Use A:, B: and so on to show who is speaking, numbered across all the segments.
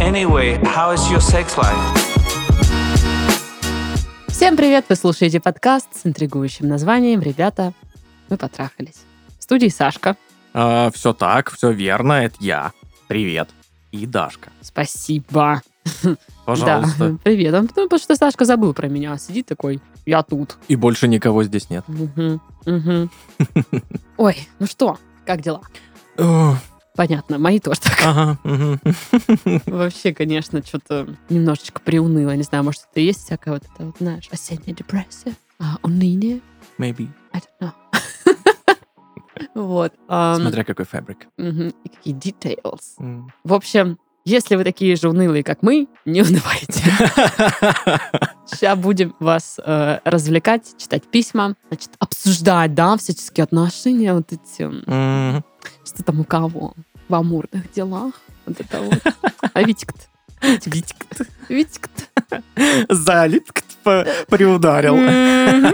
A: Anyway, how is your sex life?
B: Всем привет! Вы слушаете подкаст с интригующим названием «Ребята, мы потрахались». В студии Сашка.
C: все А, так, все верно, это я. Привет. И Дашка.
B: Спасибо.
C: Пожалуйста.
B: Да, привет. Он, ну, потому что Сашка забыл про меня. Сидит такой, я тут.
C: И больше никого здесь нет.
B: Мгм, мгм. Ой, ну что, как дела?
C: Ох,
B: Понятно, мои тоже так.
C: Ага. мгм.
B: Вообще, конечно, что-то немножечко приуныло. Не знаю, может, это и есть всякая вот это вот, знаешь, осенняя депрессия, а, уныние.
C: Maybe.
B: I don't know. Вот. ам,
C: Смотря какой фабрик.
B: мгм, И какие details.
C: М.
B: В общем, если вы такие же унылые, как мы, не унывайте. Сейчас будем вас э, развлекать, читать письма, значит, обсуждать, да, всяческие отношения, вот эти, м,
C: М.
B: что там у кого, в амурных делах, вот это вот. А Витик-то? Витик-то. Витик-то.
C: Залит кт-
B: типа,
C: по- приударил.
B: Мгм.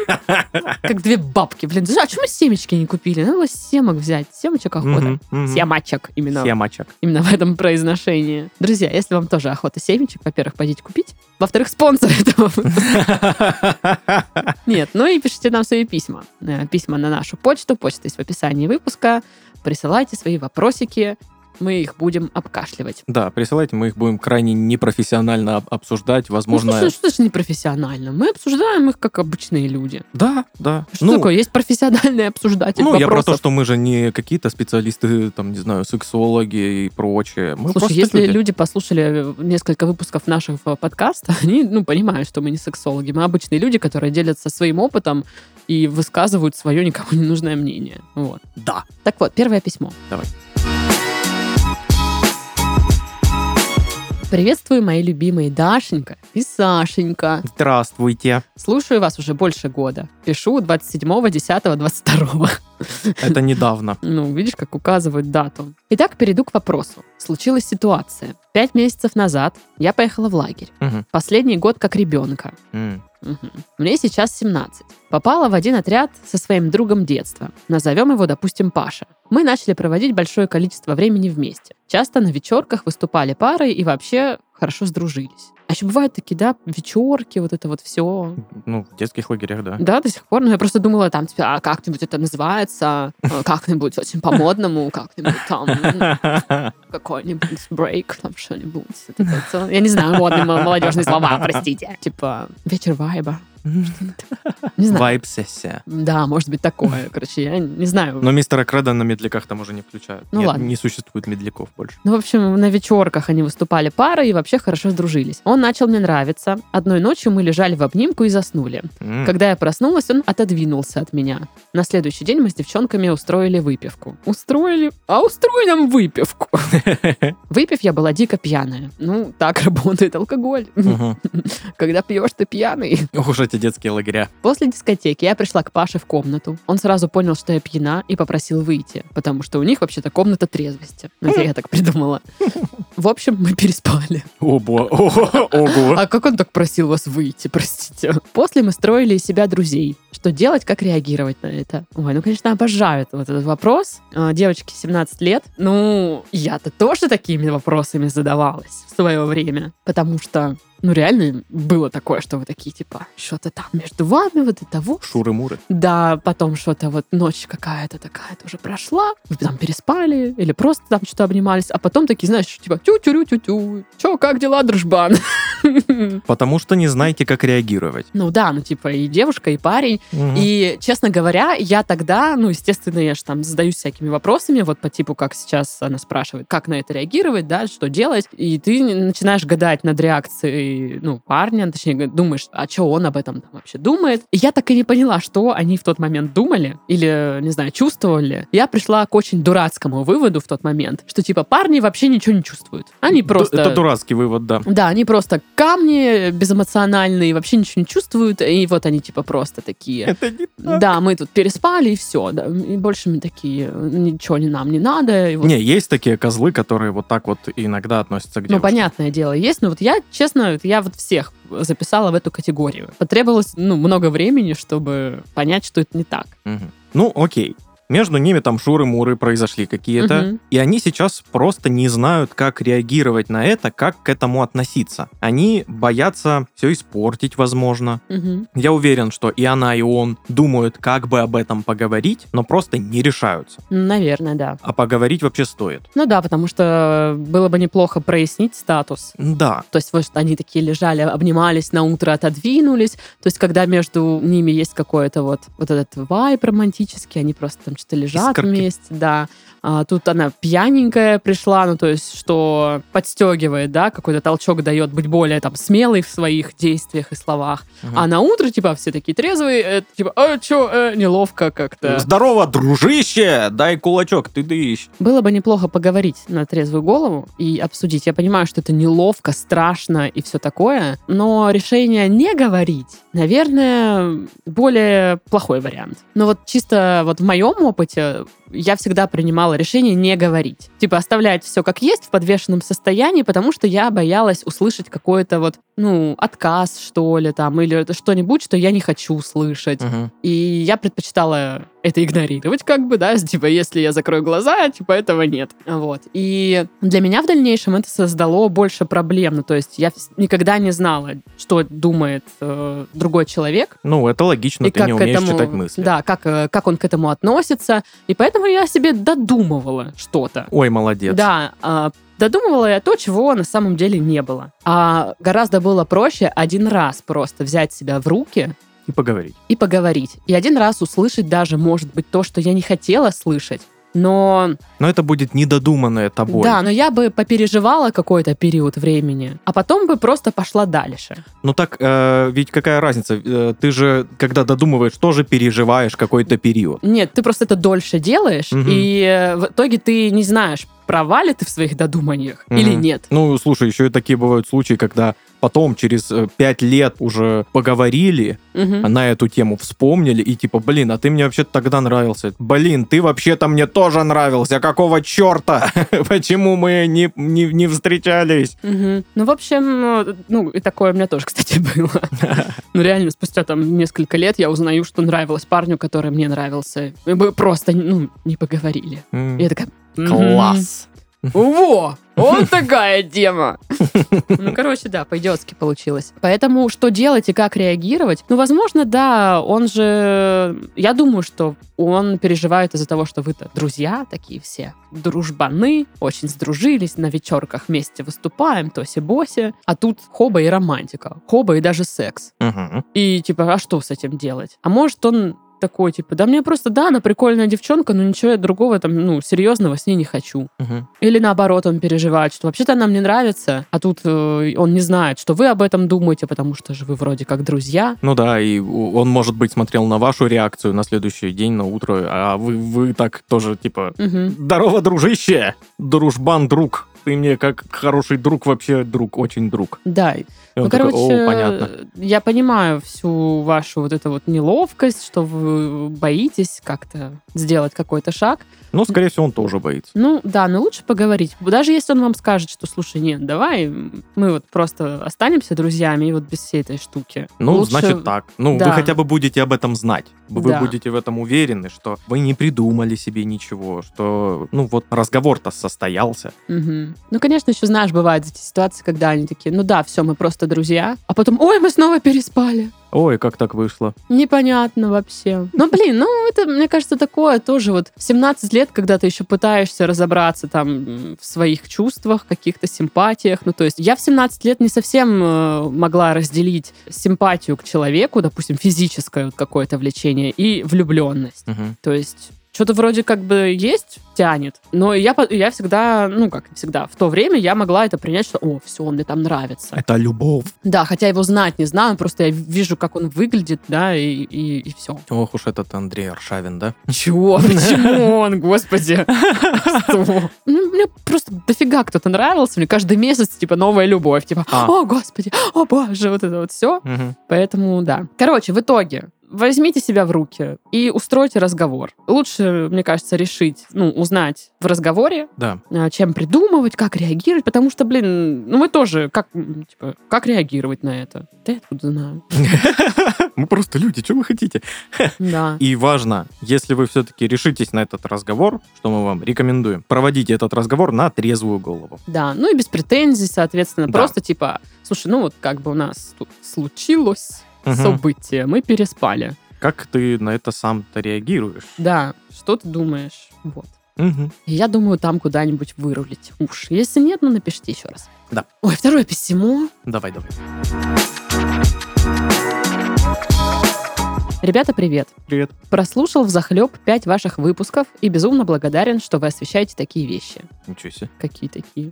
B: Как две бабки, блин. слушай, А что мы семечки не купили? Надо было семок взять, семечек охота.
C: Мгм, мгм.
B: Семачек именно.
C: Семачек.
B: именно в этом произношении. Друзья, если вам тоже охота семечек, во-первых, пойдите купить, во-вторых, спонсор этого. Нет, ну и пишите нам свои письма. Э, Письма на нашу почту, почта есть в описании выпуска. Присылайте свои вопросики, мы их будем обкашливать.
C: Да, присылайте, мы их будем крайне непрофессионально об- обсуждать.
B: Ну,
C: Возможно...
B: слушай, что ж непрофессионально? Мы обсуждаем их как обычные люди.
C: Да, да.
B: Что такое? Есть профессиональный обсуждатель
C: Ну, я про то,
B: вопросов.
C: что мы же не какие-то специалисты, там, не знаю, сексологи и прочее. Мы
B: Слушай,
C: просто
B: если люди.
C: люди.
B: послушали э, несколько выпусков нашего подкаста, они, ну, понимают, что мы не сексологи. Мы обычные люди, которые делятся своим опытом и высказывают свое никому не нужное мнение. Вот.
C: Да.
B: Так вот, первое письмо.
C: Давай.
B: Приветствую, мои любимые Дашенька и Сашенька.
C: Здравствуйте.
B: Слушаю вас уже больше года. Пишу 27 10 22
C: Это недавно.
B: Ну, видишь, как указывают дату. Итак, перейду к вопросу. Случилась ситуация. Пять месяцев назад я поехала в лагерь.
C: Мгм.
B: Последний год как ребенка.
C: М.
B: Мгм. Мне сейчас 17. Попала в один отряд со своим другом детства. Назовем его, допустим, Паша. Мы начали проводить большое количество времени вместе. Часто на вечерках выступали парой и вообще хорошо сдружились. А еще бывают такие, да, вечерки, вот это вот все.
C: Ну, в детских лагерях, да.
B: Да, до сих пор. Но я просто думала, там, типа, а как-нибудь это называется, э, как-нибудь очень по-модному, как-нибудь там м, какой-нибудь брейк, там что-нибудь. Это вот всё. Я не знаю, модные м- молодежные слова, простите. Типа, вечер вайба. Не знаю.
C: Вайб-сессия.
B: Да, может быть, такое. Короче, я не знаю.
C: Но мистера Креда на медляках там уже не включают.
B: Ну
C: Нет,
B: ладно.
C: Не существует медляков больше.
B: Ну, в общем, на вечерках они выступали парой и вообще хорошо сдружились. Он начал мне нравиться. Одной ночью мы лежали в обнимку и заснули.
C: М.
B: Когда я проснулась, он отодвинулся от меня. На следующий день мы с девчонками устроили выпивку. Устроили? А устрой нам выпивку. Выпив, я была дико пьяная. Ну, так работает алкоголь.
C: Мгм.
B: Когда пьешь, ты пьяный.
C: Ох уж эти детские лагеря.
B: После дискотеки я пришла к Паше в комнату. Он сразу понял, что я пьяна, и попросил выйти, потому что у них вообще-то комната трезвости. Ну, это я так придумала. В общем, мы переспали.
C: О, бо- о, Ого.
B: А как он так просил вас выйти, простите? После мы строили из себя друзей. Что делать, как реагировать на это? Ой, ну, конечно, обожаю этот- вот этот вопрос. А, Девочке 17 лет. Ну, я-то тоже такими вопросами задавалась в свое время. Потому что, ну, реально было такое, что вы такие, типа, что-то там между вами, вот это вот.
C: Шуры-муры.
B: Да, потом что-то вот ночь какая-то такая тоже прошла. Вы там переспали или просто там что-то обнимались. А потом такие, знаешь, типа тю-тю-тю-тю-тю. Чё, как дела, дружбан?
C: Потому что не знаете, как реагировать.
B: Ну да, ну типа и девушка, и парень.
C: Мгм.
B: И, честно говоря, я тогда, ну, естественно, я же там задаюсь всякими вопросами, вот по типу, как сейчас она спрашивает, как на это реагировать, да, что делать. И ты начинаешь гадать над реакцией, ну, парня, точнее, думаешь, а что он об этом там вообще думает. И я так и не поняла, что они в тот момент думали или, не знаю, чувствовали. Я пришла к очень дурацкому выводу в тот момент, что, типа, парни вообще ничего не чувствуют. Они
C: Ду-
B: просто...
C: Это дурацкий вывод, да.
B: Да, они просто камни безэмоциональные, вообще ничего не чувствуют, и вот они типа просто такие.
C: Это не
B: Да, мы тут переспали, и все. Да. И больше мы такие, ничего не нам не надо. и вот.
C: Не, есть такие козлы, которые вот так вот иногда относятся к
B: ну,
C: девушкам.
B: понятное дело, есть. Но вот я, честно, вот я вот всех записала в эту категорию. Потребовалось, ну, много времени, чтобы понять, что это не так.
C: Мгм. Ну, окей. Между ними там шуры-муры произошли какие-то.
B: Мгм.
C: И они сейчас просто не знают, как реагировать на это, как к этому относиться. Они боятся все испортить, возможно.
B: Мгм.
C: Я уверен, что и она, и он думают, как бы об этом поговорить, но просто не решаются.
B: Ну, Наверное, да.
C: А поговорить вообще стоит.
B: Ну да, потому что было бы неплохо прояснить статус.
C: Да,
B: То есть вот что они такие лежали, обнимались, на утро отодвинулись. То есть когда между ними есть какой-то вот, вот этот вайб романтический, они просто там что-то лежат
C: Искорки.
B: вместе, да. А тут она пьяненькая пришла, ну то есть что подстегивает, да, какой-то толчок дает быть более там смелой в своих действиях и словах.
C: Мгм.
B: А на утро типа все такие трезвые, э, типа, а чё, э, неловко как-то.
C: Здорово, дружище! Дай кулачок, ты дыщ.
B: Было бы неплохо поговорить на трезвую голову и обсудить. Я понимаю, что это неловко, страшно и все такое, но решение не говорить, наверное, более плохой вариант. Но вот чисто вот в моем опыте я всегда принимала решение не говорить. Типа оставлять все как есть в подвешенном состоянии, потому что я боялась услышать какой-то вот, ну, отказ, что ли, там, или это что-нибудь, что я не хочу слышать. И я предпочитала это игнорировать, как бы, да, типа, если я закрою глаза, типа, этого нет. Вот. И для меня в дальнейшем это создало больше проблем. Ну, то есть я вс- никогда не знала, что думает э, другой человек.
C: Ну, это логично, ты не умеешь читать мысли.
B: Да, как, э, как он к этому относится. И поэтому я себе додумывала что-то.
C: Ой, молодец.
B: Да, а, додумывала я то, чего на самом деле не было. А гораздо было проще один раз просто взять себя в руки,
C: И поговорить.
B: и поговорить. И один раз услышать даже, может быть, то, что я не хотела слышать. Но
C: Но это будет недодуманное тобой.
B: да, но я бы попереживала какой-то период времени, а потом бы просто пошла дальше.
C: Ну так, э, ведь какая разница? Э, ты же, когда додумываешь, тоже переживаешь какой-то период.
B: Нет, ты просто это дольше делаешь,
C: Мгм.
B: и э, в итоге ты не знаешь, права ли ты в своих додуманиях или
C: Мгм.
B: нет.
C: Ну, слушай, еще и такие бывают случаи, когда потом, через э, пять лет уже поговорили,
B: Мгм.
C: на эту тему вспомнили, и типа, блин, а ты мне вообще тогда нравился. Блин, ты вообще-то мне тоже нравился. Какого черта? Почему мы не, не, не встречались?
B: Мгм. Ну, в общем, ну, и такое у меня тоже, кстати, было. Ну, реально, спустя там несколько лет я узнаю, что нравилось парню, который мне нравился. Мы просто, ну, не поговорили. И я такая... «Мгм».
C: Класс.
B: Во! Вот такая тема! Ну, короче, да, по-идиотски получилось. Поэтому что делать и как реагировать? Ну, возможно, да, он же... Я думаю, что он переживает из-за того, что вы-то друзья такие все, дружбаны, очень сдружились, на вечерках вместе выступаем, тоси-боси. А тут хоба и романтика, хоба и даже секс.
C: Мгм.
B: И типа, а что с этим делать? А может, он такой, типа, да мне просто, да, она прикольная девчонка, но ничего я другого там, ну, серьезного с ней не хочу.
C: Мгм.
B: Или наоборот, он переживает, что вообще-то нам не нравится, а тут э, он не знает, что вы об этом думаете, потому что же вы вроде как друзья.
C: Ну да, и у- он, может быть, смотрел на вашу реакцию на следующий день, на утро, а вы, вы так тоже, типа,
B: Мгм.
C: здорово, дружище, дружбан, друг. Ты мне как хороший друг, вообще друг, очень друг.
B: Да.
C: И
B: ну,
C: он такой,
B: короче,
C: «О, понятно.
B: я понимаю всю вашу вот эту вот неловкость, что вы боитесь как-то сделать какой-то шаг.
C: Ну, скорее всего, он тоже боится.
B: Ну, да, но лучше поговорить. Даже если он вам скажет, что, слушай, нет, давай м, мы вот просто останемся друзьями и вот без всей этой штуки.
C: Ну,
B: Лучше-
C: значит так. Ну,
B: да.
C: вы хотя бы будете об этом знать. Вы
B: Да.
C: будете в этом уверены, что вы не придумали себе ничего, что, ну, вот разговор-то состоялся.
B: Мгм. Ну, конечно, еще, знаешь, бывают эти ситуации, когда они такие, ну да, все, мы просто друзья. А потом, ой, мы снова переспали.
C: Ой, как так вышло.
B: Непонятно вообще. Ну, блин, ну, это, мне кажется, такое тоже вот в 17 лет, когда ты еще пытаешься разобраться там м, в своих чувствах, каких-то симпатиях. Ну, то есть я в 17 лет не совсем э, могла разделить симпатию к человеку, допустим, физическое вот какое-то влечение и влюбленность. То есть что-то вроде как бы есть, тянет. Но я, по- я всегда, ну как всегда, в то время я могла это принять, что о, все, он мне там нравится.
C: Это любовь.
B: Да, хотя его знать не знаю, просто я вижу, как он выглядит, да, и, и, все.
C: Ох уж этот Андрей Аршавин, да?
B: Чего? Почему он, господи? Что? Ну, мне просто дофига кто-то нравился, мне каждый месяц, типа, новая любовь, типа,
C: А.
B: о, господи, о, боже, вот это вот все. Поэтому, да. Короче, в итоге, возьмите себя в руки и устройте разговор. Лучше, мне кажется, решить, ну, узнать в разговоре,
C: Да.
B: а, чем придумывать, как реагировать, потому что, блин, ну мы тоже, как, м, типа, как реагировать на это? Да я откуда знаю.
C: Мы просто люди, что вы хотите?
B: Да.
C: И важно, если вы все-таки решитесь на этот разговор, что мы вам рекомендуем, проводите этот разговор на трезвую голову.
B: Да, ну и без претензий, соответственно,
C: Да.
B: просто типа, слушай, ну вот как бы у нас тут случилось
C: Мгм.
B: событие, мы переспали.
C: Как ты на это сам-то реагируешь?
B: Да, что ты думаешь? Вот.
C: Мгм.
B: И Я думаю, там куда-нибудь вырулить уж. Если нет, ну напишите еще раз.
C: Да.
B: Ой, второе письмо.
C: Давай, давай.
B: Ребята, привет.
C: Привет.
B: Прослушал в захлеб пять ваших выпусков и безумно благодарен, что вы освещаете такие вещи.
C: Ничего себе.
B: Какие такие?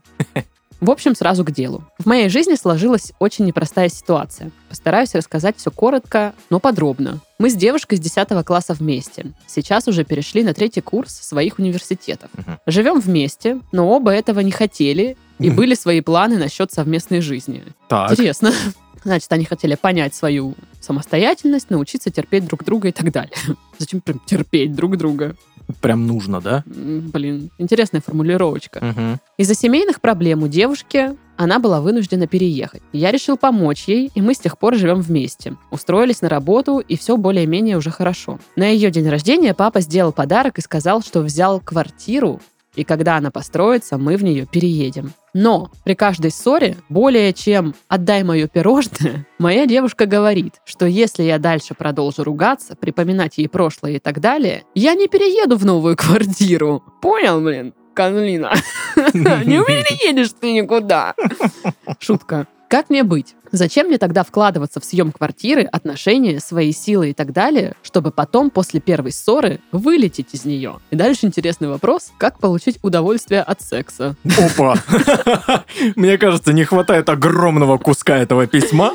B: В общем, сразу к делу. В моей жизни сложилась очень непростая ситуация. Постараюсь рассказать все коротко, но подробно. Мы с девушкой с 10 класса вместе. Сейчас уже перешли на третий курс своих университетов.
C: Мгм.
B: Живем вместе, но оба этого не хотели, и
C: Мгм.
B: были свои планы насчет совместной жизни.
C: Так.
B: Интересно. Значит, они хотели понять свою самостоятельность, научиться терпеть друг друга и так далее. Зачем прям терпеть друг друга?
C: Прям нужно, да?
B: М, Блин, интересная формулировочка.
C: Мгм.
B: Из-за семейных проблем у девушки она была вынуждена переехать. Я решил помочь ей, и мы с тех пор живем вместе. Устроились на работу, и все более-менее уже хорошо. На ее день рождения папа сделал подарок и сказал, что взял квартиру, и когда она построится, мы в нее переедем. Но при каждой ссоре, более чем «отдай мое пирожное», моя девушка говорит, что если я дальше продолжу ругаться, припоминать ей прошлое и так далее, я не перееду в новую квартиру. Понял, блин, Козлина? Не переедешь ты никуда. Шутка. Как мне быть? Зачем мне тогда вкладываться в съем квартиры, отношения, свои силы и так далее, чтобы потом после первой ссоры вылететь из нее? И дальше интересный вопрос, как получить удовольствие от секса?
C: Опа! Мне кажется, не хватает огромного куска этого письма.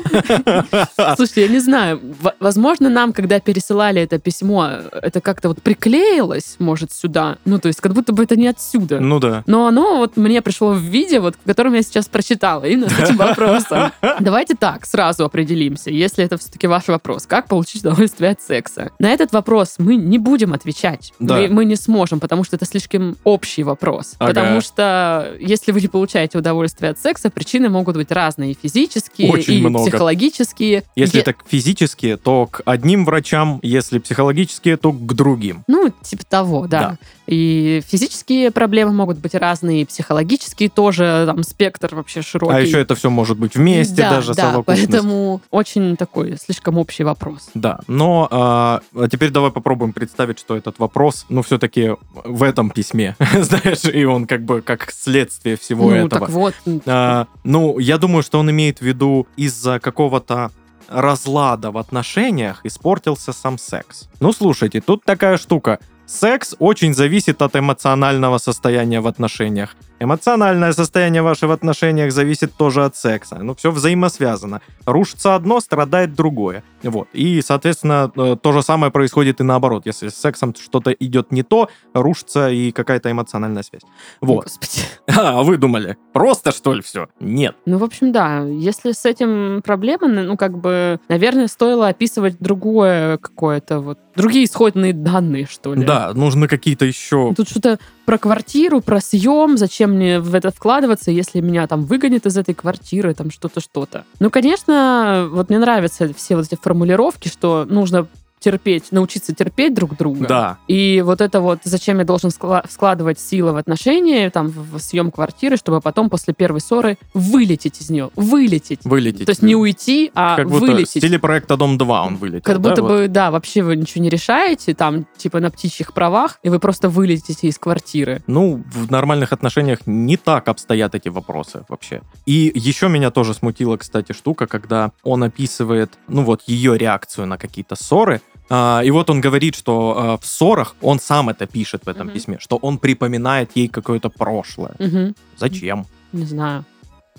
B: Слушайте, я не знаю, в- возможно, нам, когда пересылали это письмо, это как-то вот приклеилось, может, сюда. Ну, то есть, как будто бы это не отсюда.
C: Ну да.
B: Но оно вот мне пришло в виде, вот, в котором я сейчас прочитала, именно с этим вопросом. Давайте так, сразу определимся, если это все-таки ваш вопрос. Как получить удовольствие от секса? На этот вопрос мы не будем отвечать.
C: Да.
B: Мы, мы не сможем, потому что это слишком общий вопрос.
C: Ага.
B: Потому что если вы не получаете удовольствие от секса, причины могут быть разные. И физические,
C: Очень
B: и
C: много.
B: психологические.
C: Если
B: Е-
C: так физически, то к одним врачам, если психологически, то к другим.
B: Ну, типа того, да.
C: Да.
B: И физические проблемы могут быть разные, и психологические тоже, там, спектр вообще широкий.
C: А еще это все может быть вместе
B: Да,
C: даже
B: да,
C: совокупность.
B: поэтому очень такой слишком общий вопрос.
C: Да, но а, а теперь давай попробуем представить, что этот вопрос, ну, все-таки в этом письме, знаешь, и он как бы как следствие всего
B: ну,
C: этого.
B: так вот.
C: А, ну, я думаю, что он имеет в виду из-за какого-то разлада в отношениях испортился сам секс. Ну, слушайте, тут такая штука. Секс очень зависит от эмоционального состояния в отношениях. Эмоциональное состояние ваше в отношениях зависит тоже от секса. Ну, все взаимосвязано. Рушится одно, страдает другое. Вот. И, соответственно, э, то же самое происходит и наоборот. Если с сексом что-то идет не то, рушится и какая-то эмоциональная связь. Вот.
B: Господи.
C: А, вы думали, просто что ли все? Нет.
B: Ну, в общем, да, если с этим проблемы, ну, как бы, наверное, стоило описывать другое какое-то, вот, другие исходные данные, что ли.
C: Да, нужно какие-то еще...
B: Тут что-то про квартиру, про съем, зачем мне в это вкладываться, если меня там выгонят из этой квартиры, там что-то, что-то. Ну, конечно, вот мне нравятся все вот эти формулировки, что нужно терпеть, научиться терпеть друг друга.
C: Да.
B: И вот это вот, зачем я должен скла- складывать силы в отношения, там, в в съем квартиры, чтобы потом после первой ссоры вылететь из нее. Вылететь.
C: Вылететь.
B: То есть не уйти, а
C: Как будто в
B: вылететь.
C: стиле проекта «Дом-2» он вылетел.
B: Как
C: да,
B: будто
C: вот?
B: бы, да, вообще вы ничего не решаете, там, типа, на птичьих правах, и вы просто вылетите из квартиры.
C: Ну, в нормальных отношениях не так обстоят эти вопросы вообще. И еще меня тоже смутила, кстати, штука, когда он описывает, ну вот, ее реакцию на какие-то ссоры. А, и вот он говорит, что а, в ссорах он сам это пишет в этом
B: Мгм.
C: письме, что он припоминает ей какое-то прошлое.
B: Мгм.
C: Зачем?
B: Не знаю.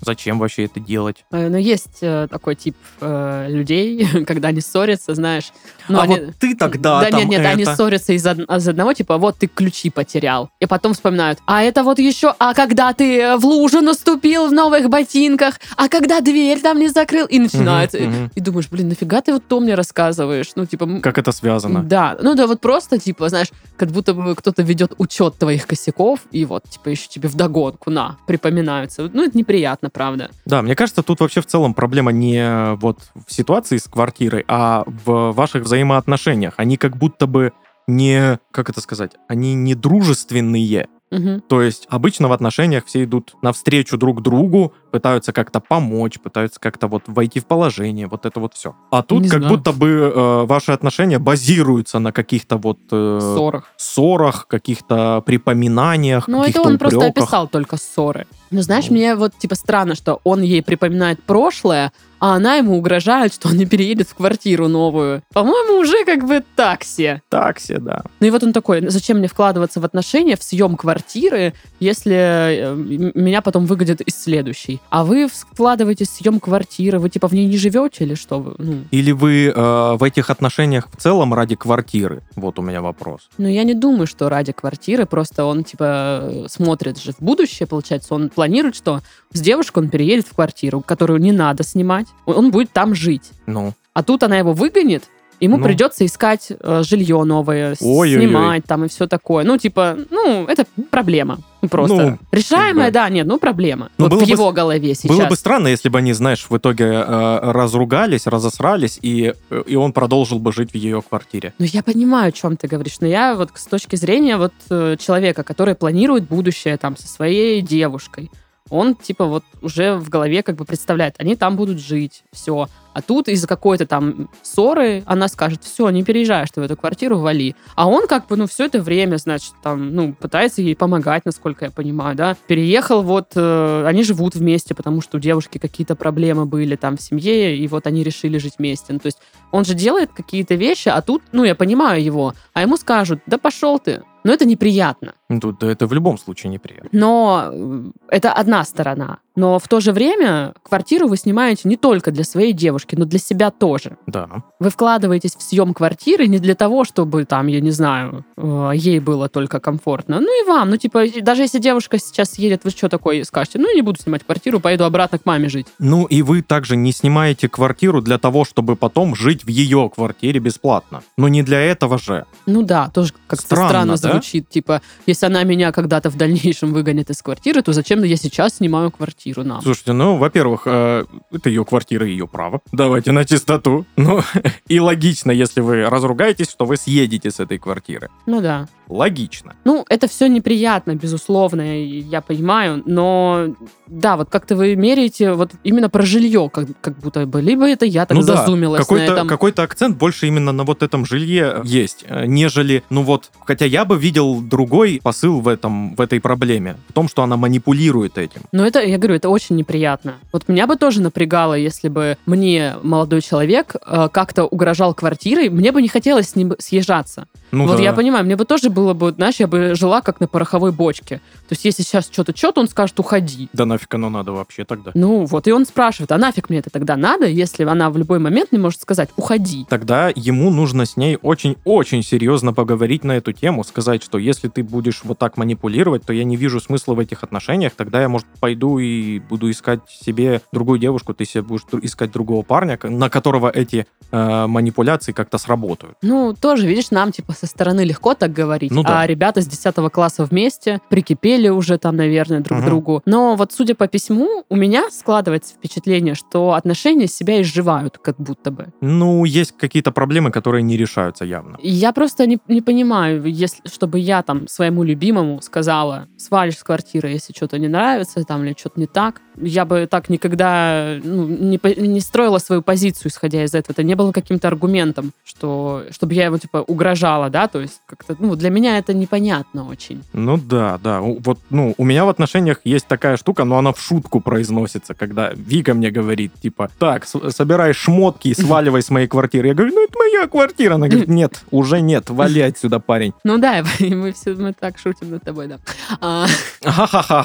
C: Зачем вообще это делать?
B: Э, Но есть э, такой тип э, людей, когда они ссорятся, знаешь. но
C: а
B: Ну, они-
C: вот ты тогда
B: Да
C: там
B: нет, нет, они
C: это.
B: ссорятся из, од- из одного, типа, вот ты ключи потерял. И потом вспоминают, а это вот еще, а когда ты э, в лужу наступил в новых ботинках, а когда дверь там не закрыл, и начинается.
C: Мгм, мгм.
B: И думаешь, блин, нафига ты вот то мне рассказываешь? Ну, типа... м,
C: Как это связано?
B: Да, ну да, вот просто, типа, знаешь, как будто бы кто-то ведет учет твоих косяков, и вот, типа, еще тебе вдогонку, на, припоминаются. Ну, это неприятно, правда.
C: Да, мне кажется, тут вообще в целом проблема не вот в ситуации с квартирой, а в ваших взаимоотношениях. Они как будто бы не, как это сказать, они не дружественные.
B: Мгм.
C: То есть обычно в отношениях все идут навстречу друг другу, пытаются как-то помочь, пытаются как-то вот войти в положение, вот это вот все. А тут
B: Не
C: как
B: знаю.
C: будто бы э, ваши отношения базируются на каких-то вот э,
B: В ссорах.
C: ссорах, каких-то припоминаниях,
B: Ну, это
C: каких-то
B: он просто
C: упрёках.
B: описал только ссоры. Ну, знаешь,
C: Ну.
B: мне вот, типа, странно, что он ей припоминает прошлое, а она ему угрожает, что он не переедет в квартиру новую. По-моему, уже как бы такси.
C: Такси, да.
B: Ну и вот он такой, зачем мне вкладываться в отношения, в съем квартиры, если э, м- меня потом выгодят из следующей. А вы вкладываете съем квартиры, вы типа в ней не живете или что? вы? Ну,
C: Или вы э, в этих отношениях в целом ради квартиры? Вот у меня вопрос.
B: Ну, я не думаю, что ради квартиры, просто он, типа, смотрит же в будущее, получается, он планирует, что с девушкой он переедет в квартиру, которую не надо снимать, он- он будет там жить.
C: Ну,
B: А тут она его выгонит, ему
C: Ну.
B: придется искать э, жилье новое, с-
C: Ой-ой-ой.
B: снимать там и все такое. Ну, типа, ну, это проблема. Ну, Просто.
C: Ну,
B: Решаемая,
C: как бы.
B: да, нет, ну, проблема.
C: Ну,
B: вот
C: было
B: в
C: бы
B: его
C: с-
B: голове сейчас.
C: было бы странно, если бы они, знаешь, в итоге э, разругались, разосрались, и, э, и он продолжил бы жить в ее квартире.
B: Ну, я понимаю, о чем ты говоришь, но я вот с точки зрения вот э, человека, который планирует будущее там со своей девушкой, он типа вот уже в голове как бы представляет, они там будут жить, все. А тут из-за какой-то там ссоры она скажет, все, не переезжаешь ты в эту квартиру, вали. А он как бы, ну, все это время, значит, там, ну, пытается ей помогать, насколько я понимаю, да. Переехал вот, э, они живут вместе, потому что у девушки какие-то проблемы были там в семье, и вот они решили жить вместе. Ну, то есть он же делает какие-то вещи, а тут, ну, я понимаю его, а ему скажут, да пошел ты. Но это неприятно.
C: Ну, тут- да это в любом случае неприятно.
B: Но э, это одна сторона. Но в то же время квартиру вы снимаете не только для своей девушки, но для себя тоже.
C: Да.
B: Вы вкладываетесь в съем квартиры не для того, чтобы там, я не знаю, э, ей было только комфортно. Ну и вам. Ну, типа, и даже если девушка сейчас едет, вы что такое скажете? Ну, я не буду снимать квартиру, поеду обратно к маме жить.
C: Ну и вы также не снимаете квартиру для того, чтобы потом жить в ее квартире бесплатно. Но не для этого же.
B: Ну да, тоже как-то странно,
C: Странно, да?
B: звучит. Типа, если она меня когда-то в дальнейшем выгонит из квартиры, то зачем я сейчас снимаю квартиру нам?
C: Слушайте, ну, во-первых, э, это ее квартира, ее право. Давайте на чистоту. Ну, и логично, если вы разругаетесь, что вы съедете с этой квартиры.
B: Ну да.
C: Логично.
B: Ну, это все неприятно, безусловно, и я понимаю, но да, вот как-то вы меряете вот именно про жилье, как, как будто бы. Либо это я так
C: ну
B: зазумилась
C: да,
B: на
C: какой-то,
B: этом.
C: какой-то акцент больше именно на вот этом жилье есть, э, нежели, ну вот, хотя я бы видел другой посыл в этом, в этой проблеме, в том, что она манипулирует этим.
B: Но это, я говорю, это очень неприятно. Вот меня бы тоже напрягало, если бы мне молодой человек э, как-то угрожал квартирой, мне бы не хотелось с ним съезжаться.
C: Ну
B: вот
C: да.
B: я понимаю, мне бы тоже было бы, знаешь, я бы жила как на пороховой бочке. То есть если сейчас что-то, что-то, он скажет, уходи.
C: Да нафиг оно надо вообще тогда?
B: Ну вот, и он спрашивает, а нафиг мне это тогда надо, если она в любой момент не может сказать, уходи.
C: Тогда ему нужно с ней очень-очень серьезно поговорить на эту тему, сказать, что если ты будешь вот так манипулировать, то я не вижу смысла в этих отношениях, тогда я, может, пойду и буду искать себе другую девушку, ты себе будешь дру- искать другого парня, к- на которого эти э, манипуляции как-то сработают.
B: Ну, тоже, видишь, нам типа со стороны легко так говорить.
C: Ну да.
B: А ребята с 10 класса вместе прикипели уже там, наверное, друг к
C: Мгм.
B: другу. Но вот судя по письму, у меня складывается впечатление, что отношения себя изживают как будто бы.
C: Ну, есть какие-то проблемы, которые не решаются явно.
B: Я просто не, не понимаю, если, чтобы я там своему любимому сказала, свалишь с квартиры, если что-то не нравится там или что-то не так. Я бы так никогда ну, не, по- не строила свою позицию, исходя из этого. Это не было каким-то аргументом, что, чтобы я его типа угрожала да, то есть как-то, ну, для меня это непонятно очень.
C: Ну да, да. У- Вот, ну, у меня в отношениях есть такая штука, но она в шутку произносится, когда Вика мне говорит, типа, так, с- собирай шмотки и сваливай с моей квартиры. Я говорю, ну это моя квартира. Она говорит, нет, уже нет, вали отсюда, парень.
B: Ну да, и мы все мы так шутим над тобой, да. А,
C: Ха-ха-ха.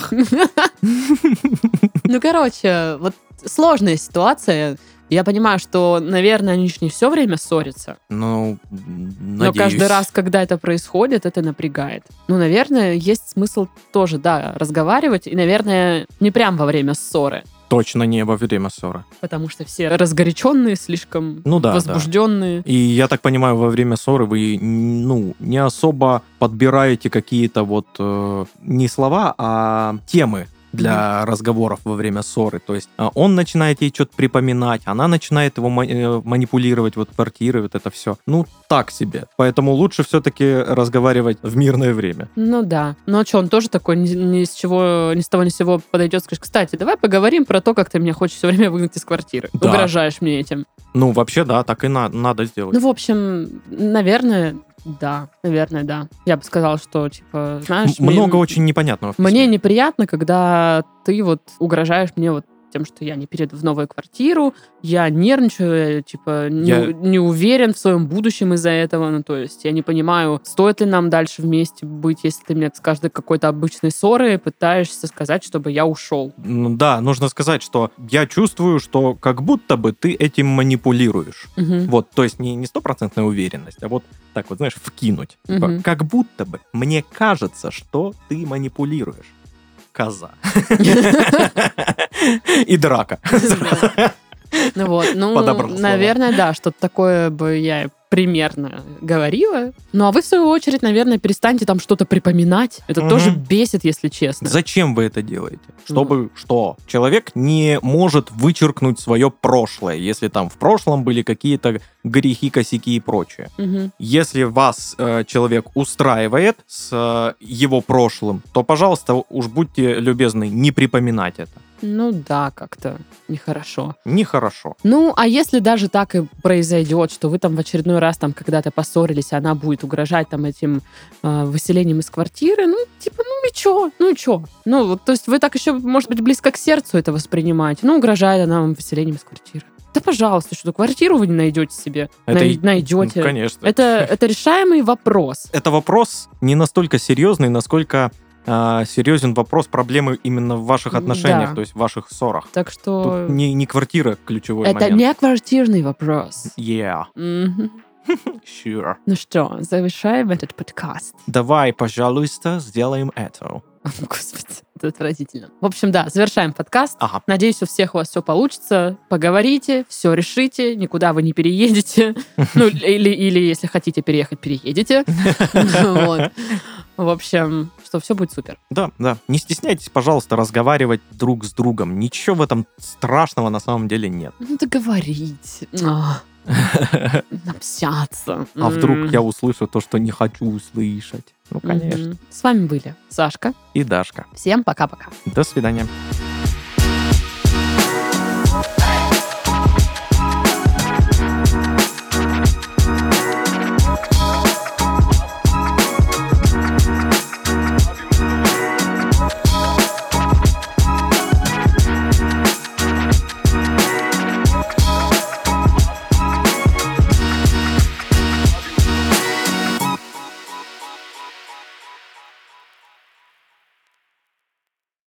B: Ну, короче, вот сложная ситуация. Я понимаю, что, наверное, они же не все время ссорятся.
C: Ну, м,
B: Но
C: надеюсь.
B: каждый раз, когда это происходит, это напрягает. Ну, наверное, есть смысл тоже, да, разговаривать. И, наверное, не прям во время ссоры.
C: Точно не во время ссоры.
B: Потому что все разгоряченные, слишком
C: Ну да, да.
B: возбужденные.
C: И я так понимаю, во время ссоры вы, ну, не особо подбираете какие-то вот э, не слова, а темы для разговоров во время ссоры. То есть а, он начинает ей что-то припоминать, она начинает его ма- э, манипулировать, вот квартиры, вот это все. Ну, так себе. Поэтому лучше все-таки разговаривать в мирное время.
B: Ну да. Ну а что, он тоже такой ни, ни с чего, ни с того ни с сего подойдет, скажет, кстати, давай поговорим про то, как ты меня хочешь все время выгнать из квартиры.
C: Да.
B: Угрожаешь мне этим.
C: Ну, вообще, да, так и на- надо
B: Ну,
C: сделать.
B: в общем, наверное, да. Наверное, да. Я бы сказала, что, типа, знаешь...
C: М- Много
B: мне,
C: очень непонятного. в
B: Мне
C: письме.
B: неприятно, когда ты вот угрожаешь мне вот тем, что я не перееду в новую квартиру, я нервничаю, я, типа, не,
C: Я-
B: не уверен в своем будущем из-за этого, ну, то есть я не понимаю, стоит ли нам дальше вместе быть, если ты мне с каждой какой-то обычной ссоры пытаешься сказать, чтобы я ушел.
C: Ну Да, нужно сказать, что я чувствую, что как будто бы ты этим манипулируешь.
B: Мгм.
C: Вот, то есть не, не стопроцентная уверенность, а вот так вот, знаешь, вкинуть. Типа,
B: Мгм.
C: Как будто бы мне кажется, что ты манипулируешь. Коза. И драка.
B: Ну вот,
C: Подобрал
B: ну,
C: слово.
B: наверное, да, что-то такое бы я и примерно говорила. Ну, а вы, в свою очередь, наверное, перестаньте там что-то припоминать. Это
C: Мгм.
B: тоже бесит, если честно.
C: Зачем вы это делаете? Чтобы что? Человек не может вычеркнуть свое прошлое, если там в прошлом были какие-то грехи, косяки и прочее.
B: Мгм.
C: Если вас э, человек устраивает с э, его прошлым, то, пожалуйста, уж будьте любезны, не припоминать это.
B: Ну да, как-то нехорошо.
C: Нехорошо.
B: Ну, а если даже так и произойдет, что вы там в очередной раз там когда-то поссорились, и она будет угрожать там этим э, выселением из квартиры, ну, типа, ну и чё, ну и чё? Ну, вот, то есть вы так еще, может быть, близко к сердцу это воспринимаете. Ну, угрожает она вам выселением из квартиры. Да, пожалуйста, что квартиру вы не найдете себе.
C: Это
B: Най-
C: и-
B: найдете.
C: Ну, конечно.
B: это, это решаемый вопрос.
C: Это вопрос не настолько серьезный, насколько э, серьезен вопрос проблемы именно в ваших
B: Да.
C: отношениях, то есть в ваших ссорах.
B: Так что
C: Тут не, не квартира ключевой
B: это
C: момент.
B: не квартирный вопрос.
C: Yeah,
B: Мгм.
C: sure.
B: Ну что, завершаем этот подкаст.
C: Давай, пожалуйста, сделаем это.
B: Господи, это отвратительно. В общем, да, завершаем подкаст.
C: Ага.
B: Надеюсь, у всех у вас все получится. Поговорите, все решите, никуда вы не переедете. Ну, или, или если хотите переехать, переедете. Вот. В общем, что все будет супер.
C: Да, да. Не стесняйтесь, пожалуйста, разговаривать друг с другом. Ничего в этом страшного на самом деле нет.
B: Ну, договорить. А, Общаться.
C: А вдруг
B: М.
C: я услышу то, что не хочу услышать? Ну, конечно.
B: Мгм. С вами были Сашка.
C: И Дашка.
B: Всем пока-пока.
C: До свидания.